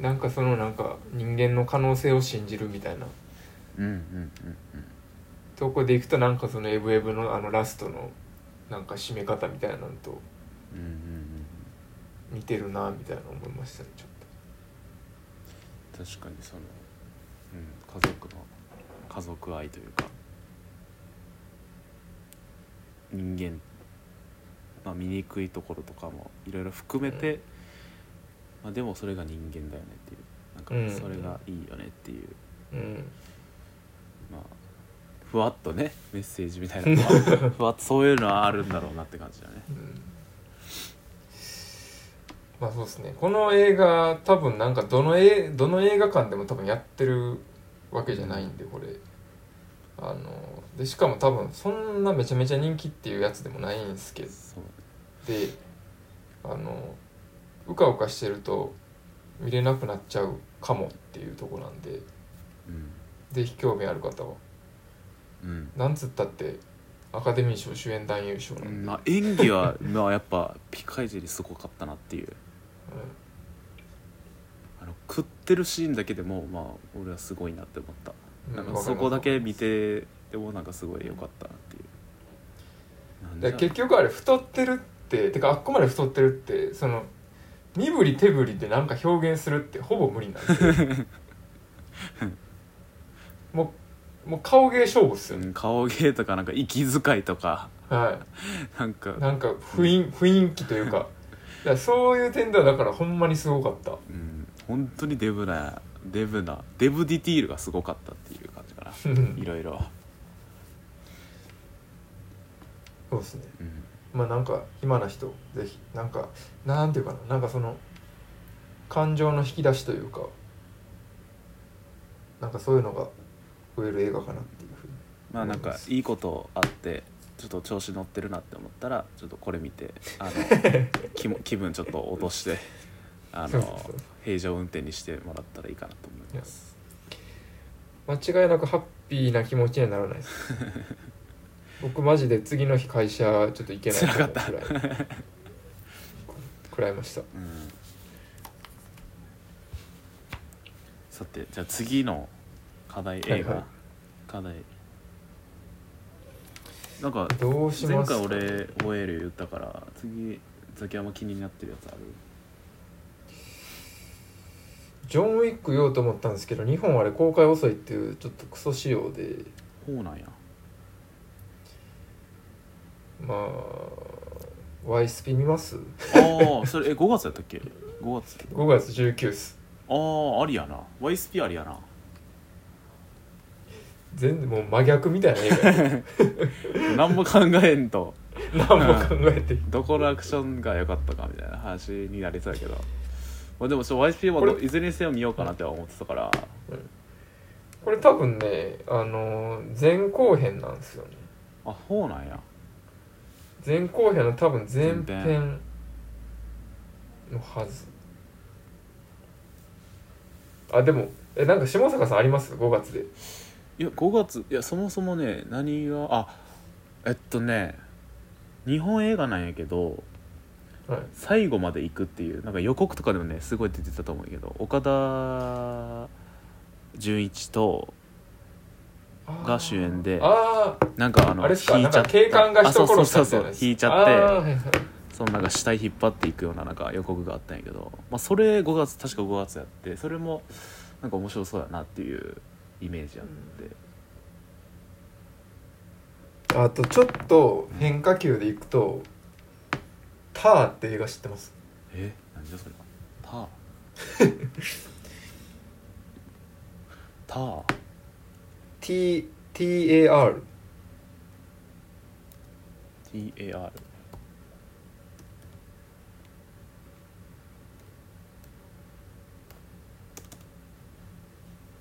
[SPEAKER 1] な、な
[SPEAKER 2] ん
[SPEAKER 1] んかそのなんか人間の可能性を信じるみたいな
[SPEAKER 2] うんうんうんうん
[SPEAKER 1] とこでいくとなんかそのエブエブのあのラストのなんか締め方みたいなのと
[SPEAKER 2] うんうんうん
[SPEAKER 1] 似てるなみたいな思いましたねちょっ
[SPEAKER 2] 確かにその、うん、家族の家族愛というか人間、まあ、醜いところとかもいろいろ含めて、
[SPEAKER 1] うん
[SPEAKER 2] まあ、でもそれが人間だよねっていう
[SPEAKER 1] う
[SPEAKER 2] なんんかそれがいいよねっていう、
[SPEAKER 1] とうん
[SPEAKER 2] まあ、ふわっとねメッセージみたい なのはふわっとそういうのはあるんだろうなって感じだね。
[SPEAKER 1] うんまあそうですねこの映画多分なんかどのえどの映画館でも多分やってるわけじゃないんでこれあのでしかも多分そんなめちゃめちゃ人気っていうやつでもないんですけど
[SPEAKER 2] そう
[SPEAKER 1] であのうかうかしてると見れなくなっちゃうかもっていうとこなんで
[SPEAKER 2] うん
[SPEAKER 1] ぜひ興味ある方は
[SPEAKER 2] うん
[SPEAKER 1] なんつったってアカデミー賞主演男優賞なん
[SPEAKER 2] う
[SPEAKER 1] で、
[SPEAKER 2] んまあ、演技はまあやっぱピカイチェリすごかったなっていうあの食ってるシーンだけでもまあ俺はすごいなって思った
[SPEAKER 1] うん
[SPEAKER 2] なん
[SPEAKER 1] う
[SPEAKER 2] か
[SPEAKER 1] ん
[SPEAKER 2] そこだけ見てでもなんかすごい良かったなっていうなんじ
[SPEAKER 1] だ
[SPEAKER 2] ゃ
[SPEAKER 1] から結局あれ太ってるっててかあっこまで太ってるってその身振り手振りでなんか表現するってほぼ無理なんでもうもう顔芸勝負っすよ
[SPEAKER 2] う
[SPEAKER 1] ね、
[SPEAKER 2] ん顔芸とかなんか息遣いとか
[SPEAKER 1] は
[SPEAKER 2] なんか
[SPEAKER 1] いなんか雰囲雰囲気というかいやそういう点ではだからほんまにすごかった
[SPEAKER 2] うん本当にデブなデブなデブディティールがすごかったっていう感じかないろいろ、
[SPEAKER 1] そうですね
[SPEAKER 2] うん、
[SPEAKER 1] まあなんか暇な人ぜひなんかなんていうかななんかその感情の引き出しというかなんかそういうのが増える映画かなっていうふうに
[SPEAKER 2] まあなんかいいことあってちょっと調子乗ってるなって思ったらちょっとこれ見てあ の気も気分ちょっと落としてあ
[SPEAKER 1] そうそう
[SPEAKER 2] の
[SPEAKER 1] そう
[SPEAKER 2] 平常運転にしてもらったらいいかなと思います
[SPEAKER 1] 間違いなくハッピーな気持ちにはなら ないです僕マジで次の日会社ちょっと行けない
[SPEAKER 2] 辛かった
[SPEAKER 1] くらいくらいました
[SPEAKER 2] うんさてじゃあ次の課題映画、
[SPEAKER 1] はいはい
[SPEAKER 2] 課題なんか
[SPEAKER 1] どうし
[SPEAKER 2] 前
[SPEAKER 1] ます
[SPEAKER 2] 回
[SPEAKER 1] か
[SPEAKER 2] 俺覚える言ったから次ザキヤマ気になってるやつある
[SPEAKER 1] ジョン・ウィック言おうと思ったんですけど日本はあれ公開遅いっていうちょっとクソ仕様で
[SPEAKER 2] ほうなんや
[SPEAKER 1] まあワイスピ見ます
[SPEAKER 2] ああそれえ5月やったっけ5月
[SPEAKER 1] 5月19っす
[SPEAKER 2] ああありやな YSP ありやな
[SPEAKER 1] 全然もう真逆みたいな映画 や
[SPEAKER 2] 何も考えんと
[SPEAKER 1] 何も考えて
[SPEAKER 2] どこのアクションが良かったかみたいな話になりそうやけど、まあ、でもちょ YSP も
[SPEAKER 1] これ
[SPEAKER 2] どいずれにせよ見ようかなっては思ってたから
[SPEAKER 1] これ多分ねあのー前後編なんですよね
[SPEAKER 2] あほうなんや
[SPEAKER 1] 前後編の多分前
[SPEAKER 2] 前
[SPEAKER 1] 編のはずあでもえなんか下坂さんあります5月で
[SPEAKER 2] いや5月いやそもそもね何があえっとね日本映画なんやけど
[SPEAKER 1] はい
[SPEAKER 2] 最後まで行くっていうなんか予告とかでもねすごい出てたと思うけど岡田准一と
[SPEAKER 1] あー
[SPEAKER 2] が主演で
[SPEAKER 1] あー
[SPEAKER 2] なんかあの
[SPEAKER 1] あれっすか
[SPEAKER 2] 引
[SPEAKER 1] ないん
[SPEAKER 2] ちゃ
[SPEAKER 1] か
[SPEAKER 2] った
[SPEAKER 1] 警官が人殺した
[SPEAKER 2] あ
[SPEAKER 1] みた
[SPEAKER 2] そ
[SPEAKER 1] いうなや
[SPEAKER 2] そうそ
[SPEAKER 1] つ
[SPEAKER 2] う引いち
[SPEAKER 1] あー
[SPEAKER 2] ゃっ
[SPEAKER 1] はい
[SPEAKER 2] て
[SPEAKER 1] はい
[SPEAKER 2] そのなんか死体引っ張っていくようななんか予告があったんやけど、まあ、それ5月確か5月やってそれもなんか面白そうやなっていうイメージやって
[SPEAKER 1] あとちょっと変化球でいくと「ター」って映画知ってます
[SPEAKER 2] え何じゃそれター ター
[SPEAKER 1] T TAR
[SPEAKER 2] TAR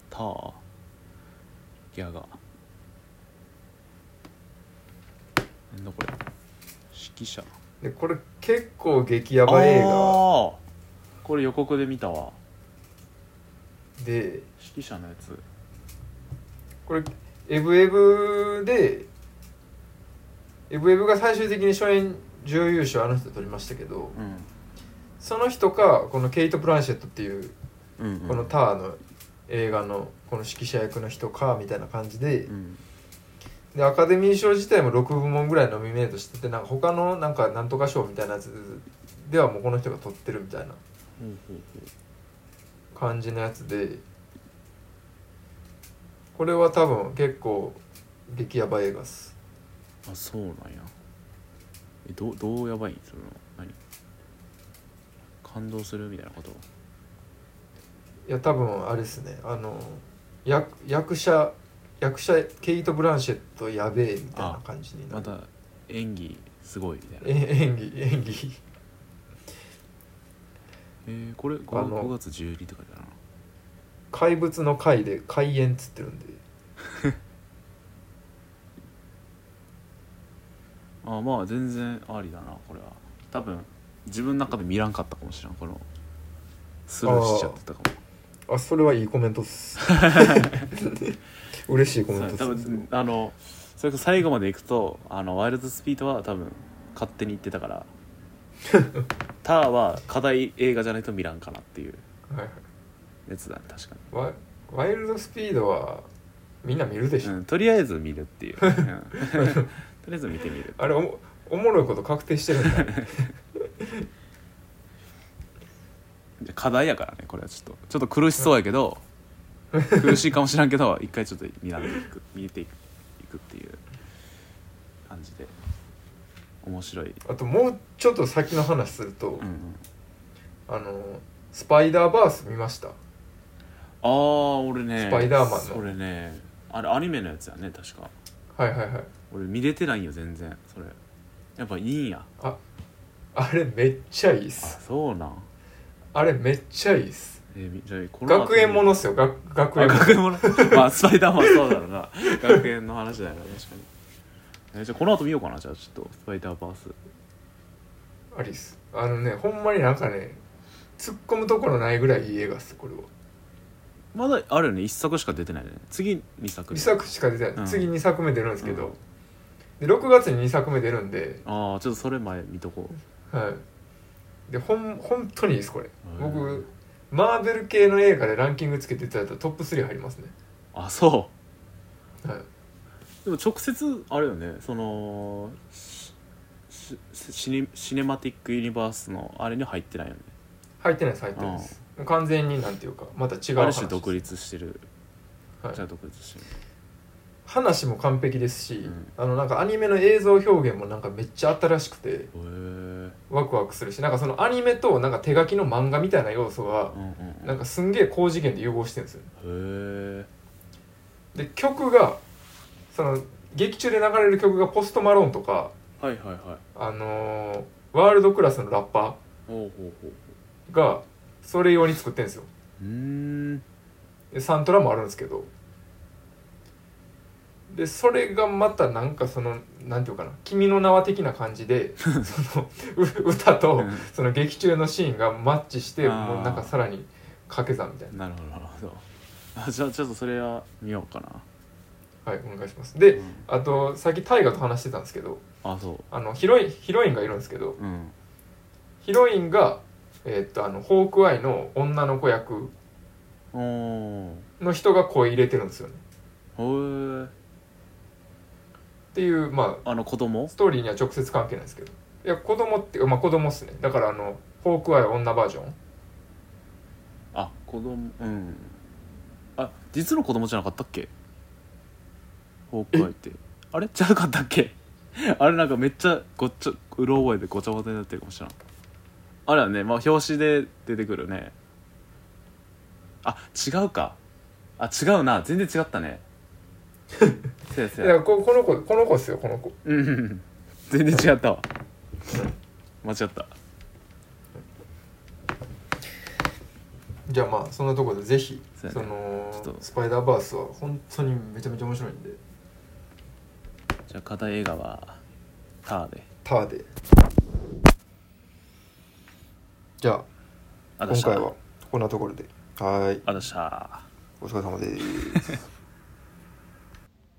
[SPEAKER 2] ターギャガーなんだこれ指揮者
[SPEAKER 1] でこれ結構激ヤバ映画
[SPEAKER 2] あーこれ予告で見たわ
[SPEAKER 1] で
[SPEAKER 2] 指揮者のやつ
[SPEAKER 1] これエブエブでエブエブが最終的に初演準優勝あの人取りましたけど
[SPEAKER 2] うん
[SPEAKER 1] その人かこのケイト・プランシェットっていう
[SPEAKER 2] うんうん
[SPEAKER 1] この「ター」の映画のこの指揮者役の人かみたいな感じで
[SPEAKER 2] うん
[SPEAKER 1] でアカデミー賞自体も6部門ぐらいノミネートしててなんか他のなんかなんとか賞みたいなやつではもうこの人が取ってるみたいな
[SPEAKER 2] ほうほう
[SPEAKER 1] 感じのやつでこれは多分結構激ヤバ映画っす
[SPEAKER 2] ほうあそうなんやえどうどうやばいんその何感動するみたいなこと
[SPEAKER 1] いや多分あれですねあの役役者役者ケイト・ブランシェットやべえみたいな感じにな
[SPEAKER 2] ま
[SPEAKER 1] る
[SPEAKER 2] た演技すごいみたいな
[SPEAKER 1] え演技演技
[SPEAKER 2] えー、これ 5,
[SPEAKER 1] あの
[SPEAKER 2] 5月12って書いてあるな
[SPEAKER 1] 怪物の怪で怪演っつってるんで
[SPEAKER 2] あまあ全然ありだなこれは多分自分の中で見らんかったかもしれんこのスルーしちゃってたかも
[SPEAKER 1] あそれはいいコメントっ す嬉しいコメントっ
[SPEAKER 2] 多
[SPEAKER 1] す
[SPEAKER 2] 分あのそれこそ最後まで行くとあのワイルドスピードは多分勝手に言ってたから ターは課題映画じゃないと見らんかなっていう
[SPEAKER 1] はいはい
[SPEAKER 2] やつだね確か
[SPEAKER 1] ワワイルドスピードはみんな見るでし
[SPEAKER 2] に、
[SPEAKER 1] ょ、
[SPEAKER 2] うん、とりあえず見 るっていう、うんとりあえず見てみる
[SPEAKER 1] あれおもおもろいこと確定してるんだ
[SPEAKER 2] 課題やからねこれはちょっとちょっと苦しそうやけど苦しいかもしらんけど一回ちょっと見られていく見ていくいくっていう感じで面白い、
[SPEAKER 1] あともうちょっと先の話すると、
[SPEAKER 2] うんうん、
[SPEAKER 1] あのスパイダーバース見ました
[SPEAKER 2] ああ俺ね
[SPEAKER 1] スパイダーマンの
[SPEAKER 2] 俺ねあれアニメのやつやね確か
[SPEAKER 1] はいはいはい
[SPEAKER 2] 俺見れてないんよ全然それやっぱいいんや
[SPEAKER 1] あれめっちゃいいっ
[SPEAKER 2] あ
[SPEAKER 1] す
[SPEAKER 2] そうなん
[SPEAKER 1] あれめっちゃいいっす
[SPEAKER 2] えみじゃあこの後
[SPEAKER 1] 学園ものっすよ学学
[SPEAKER 2] あ
[SPEAKER 1] 園もの
[SPEAKER 2] 学園ものまあスパイダーマンそうだろうな 学園の話だよな確かにえじゃあこの後見ようかなじゃあちょっとスパイダーバース
[SPEAKER 1] ありっすあのねほんまになんかね突っ込むところないぐらいいい映画っすこれは
[SPEAKER 2] まだあるよね一作しか出てないよね次2作
[SPEAKER 1] 2作しか出てない、
[SPEAKER 2] うん
[SPEAKER 1] 次2作目出るんですけど、
[SPEAKER 2] うん
[SPEAKER 1] で6月に2作目出るんで
[SPEAKER 2] ああちょっとそれ前見とこう
[SPEAKER 1] はいでほん本当にいいですこれ
[SPEAKER 2] うん
[SPEAKER 1] 僕マーベル系の映画でランキングつけていただいたらトップ3入りますね、
[SPEAKER 2] あそ
[SPEAKER 1] はいう
[SPEAKER 2] でも直接あれよねそのししシネシネマティック・ユニバースのあれには入ってないよね
[SPEAKER 1] 入ってないです入ってないです完全になんていうかまた違う
[SPEAKER 2] ある
[SPEAKER 1] 話
[SPEAKER 2] 種
[SPEAKER 1] です
[SPEAKER 2] 独立してる、
[SPEAKER 1] はい
[SPEAKER 2] じゃあ独立してる
[SPEAKER 1] 話も完璧ですし、
[SPEAKER 2] うん
[SPEAKER 1] あのなんかアニメの映像表現もなんかめっちゃ新しくて
[SPEAKER 2] へえうん
[SPEAKER 1] ワクワクするしなんかそのアニメとなんか手書きの漫画みたいな要素が
[SPEAKER 2] うん
[SPEAKER 1] なんかすんげえ高次元で融合してるんですよ
[SPEAKER 2] うんへえ
[SPEAKER 1] で曲がその劇中で流れる曲がポストマローンとか
[SPEAKER 2] はいはいはい
[SPEAKER 1] あのーワールドクラスのラッパ
[SPEAKER 2] ほうほうほう
[SPEAKER 1] ーがそれ用に作ってるんですよ
[SPEAKER 2] うーん
[SPEAKER 1] でサントラもあるんですけどでそれがまたなんかそのなんていうかな「君の名は」的な感じ でそのう歌と
[SPEAKER 2] うん
[SPEAKER 1] その劇中のシーンがマッチして
[SPEAKER 2] あー
[SPEAKER 1] もうなんかさらに掛け算みたい
[SPEAKER 2] なるほどなるほどあじゃあちょっとそれは見ようかな、
[SPEAKER 1] なはいお願いします
[SPEAKER 2] う
[SPEAKER 1] で
[SPEAKER 2] ん
[SPEAKER 1] あとさっき大河と話してたんですけど
[SPEAKER 2] あそ
[SPEAKER 1] あのヒロインヒロインがいるんですけど
[SPEAKER 2] ううん
[SPEAKER 1] ヒロインが、えーっとあのホークアイの女の子役
[SPEAKER 2] おお
[SPEAKER 1] の人が声入れてるんですよね
[SPEAKER 2] へえ
[SPEAKER 1] っていうまあ
[SPEAKER 2] あの子供
[SPEAKER 1] ストーリーには直接関係ないですけどいや子供ってまあ子供っすねだからあのホークアイ女バージョン
[SPEAKER 2] あ子供うんあ実の子供じゃなかったっけホークアイってあれじゃなかったっけ あれなんかめっちゃごっちゃうろ覚えでごちゃごちゃになってるかもしれんあれはねまあ表紙で出てくるねあ違うかあ違うな全然違っ たねせやせ
[SPEAKER 1] いや
[SPEAKER 2] や
[SPEAKER 1] ここの子この子っすよこの子
[SPEAKER 2] うんうん全然違ったわ間違った
[SPEAKER 1] じゃあまあそんなところでぜひ
[SPEAKER 2] そうやね
[SPEAKER 1] その
[SPEAKER 2] ちょっと
[SPEAKER 1] スパイダーバースは本当にめちゃめちゃ面白いんで
[SPEAKER 2] じゃあ課題映画はターで
[SPEAKER 1] タワーでじゃ
[SPEAKER 2] あ
[SPEAKER 1] あ
[SPEAKER 2] どう
[SPEAKER 1] 今
[SPEAKER 2] した
[SPEAKER 1] 回はこんなところではーい
[SPEAKER 2] あどうした
[SPEAKER 1] お疲れ様です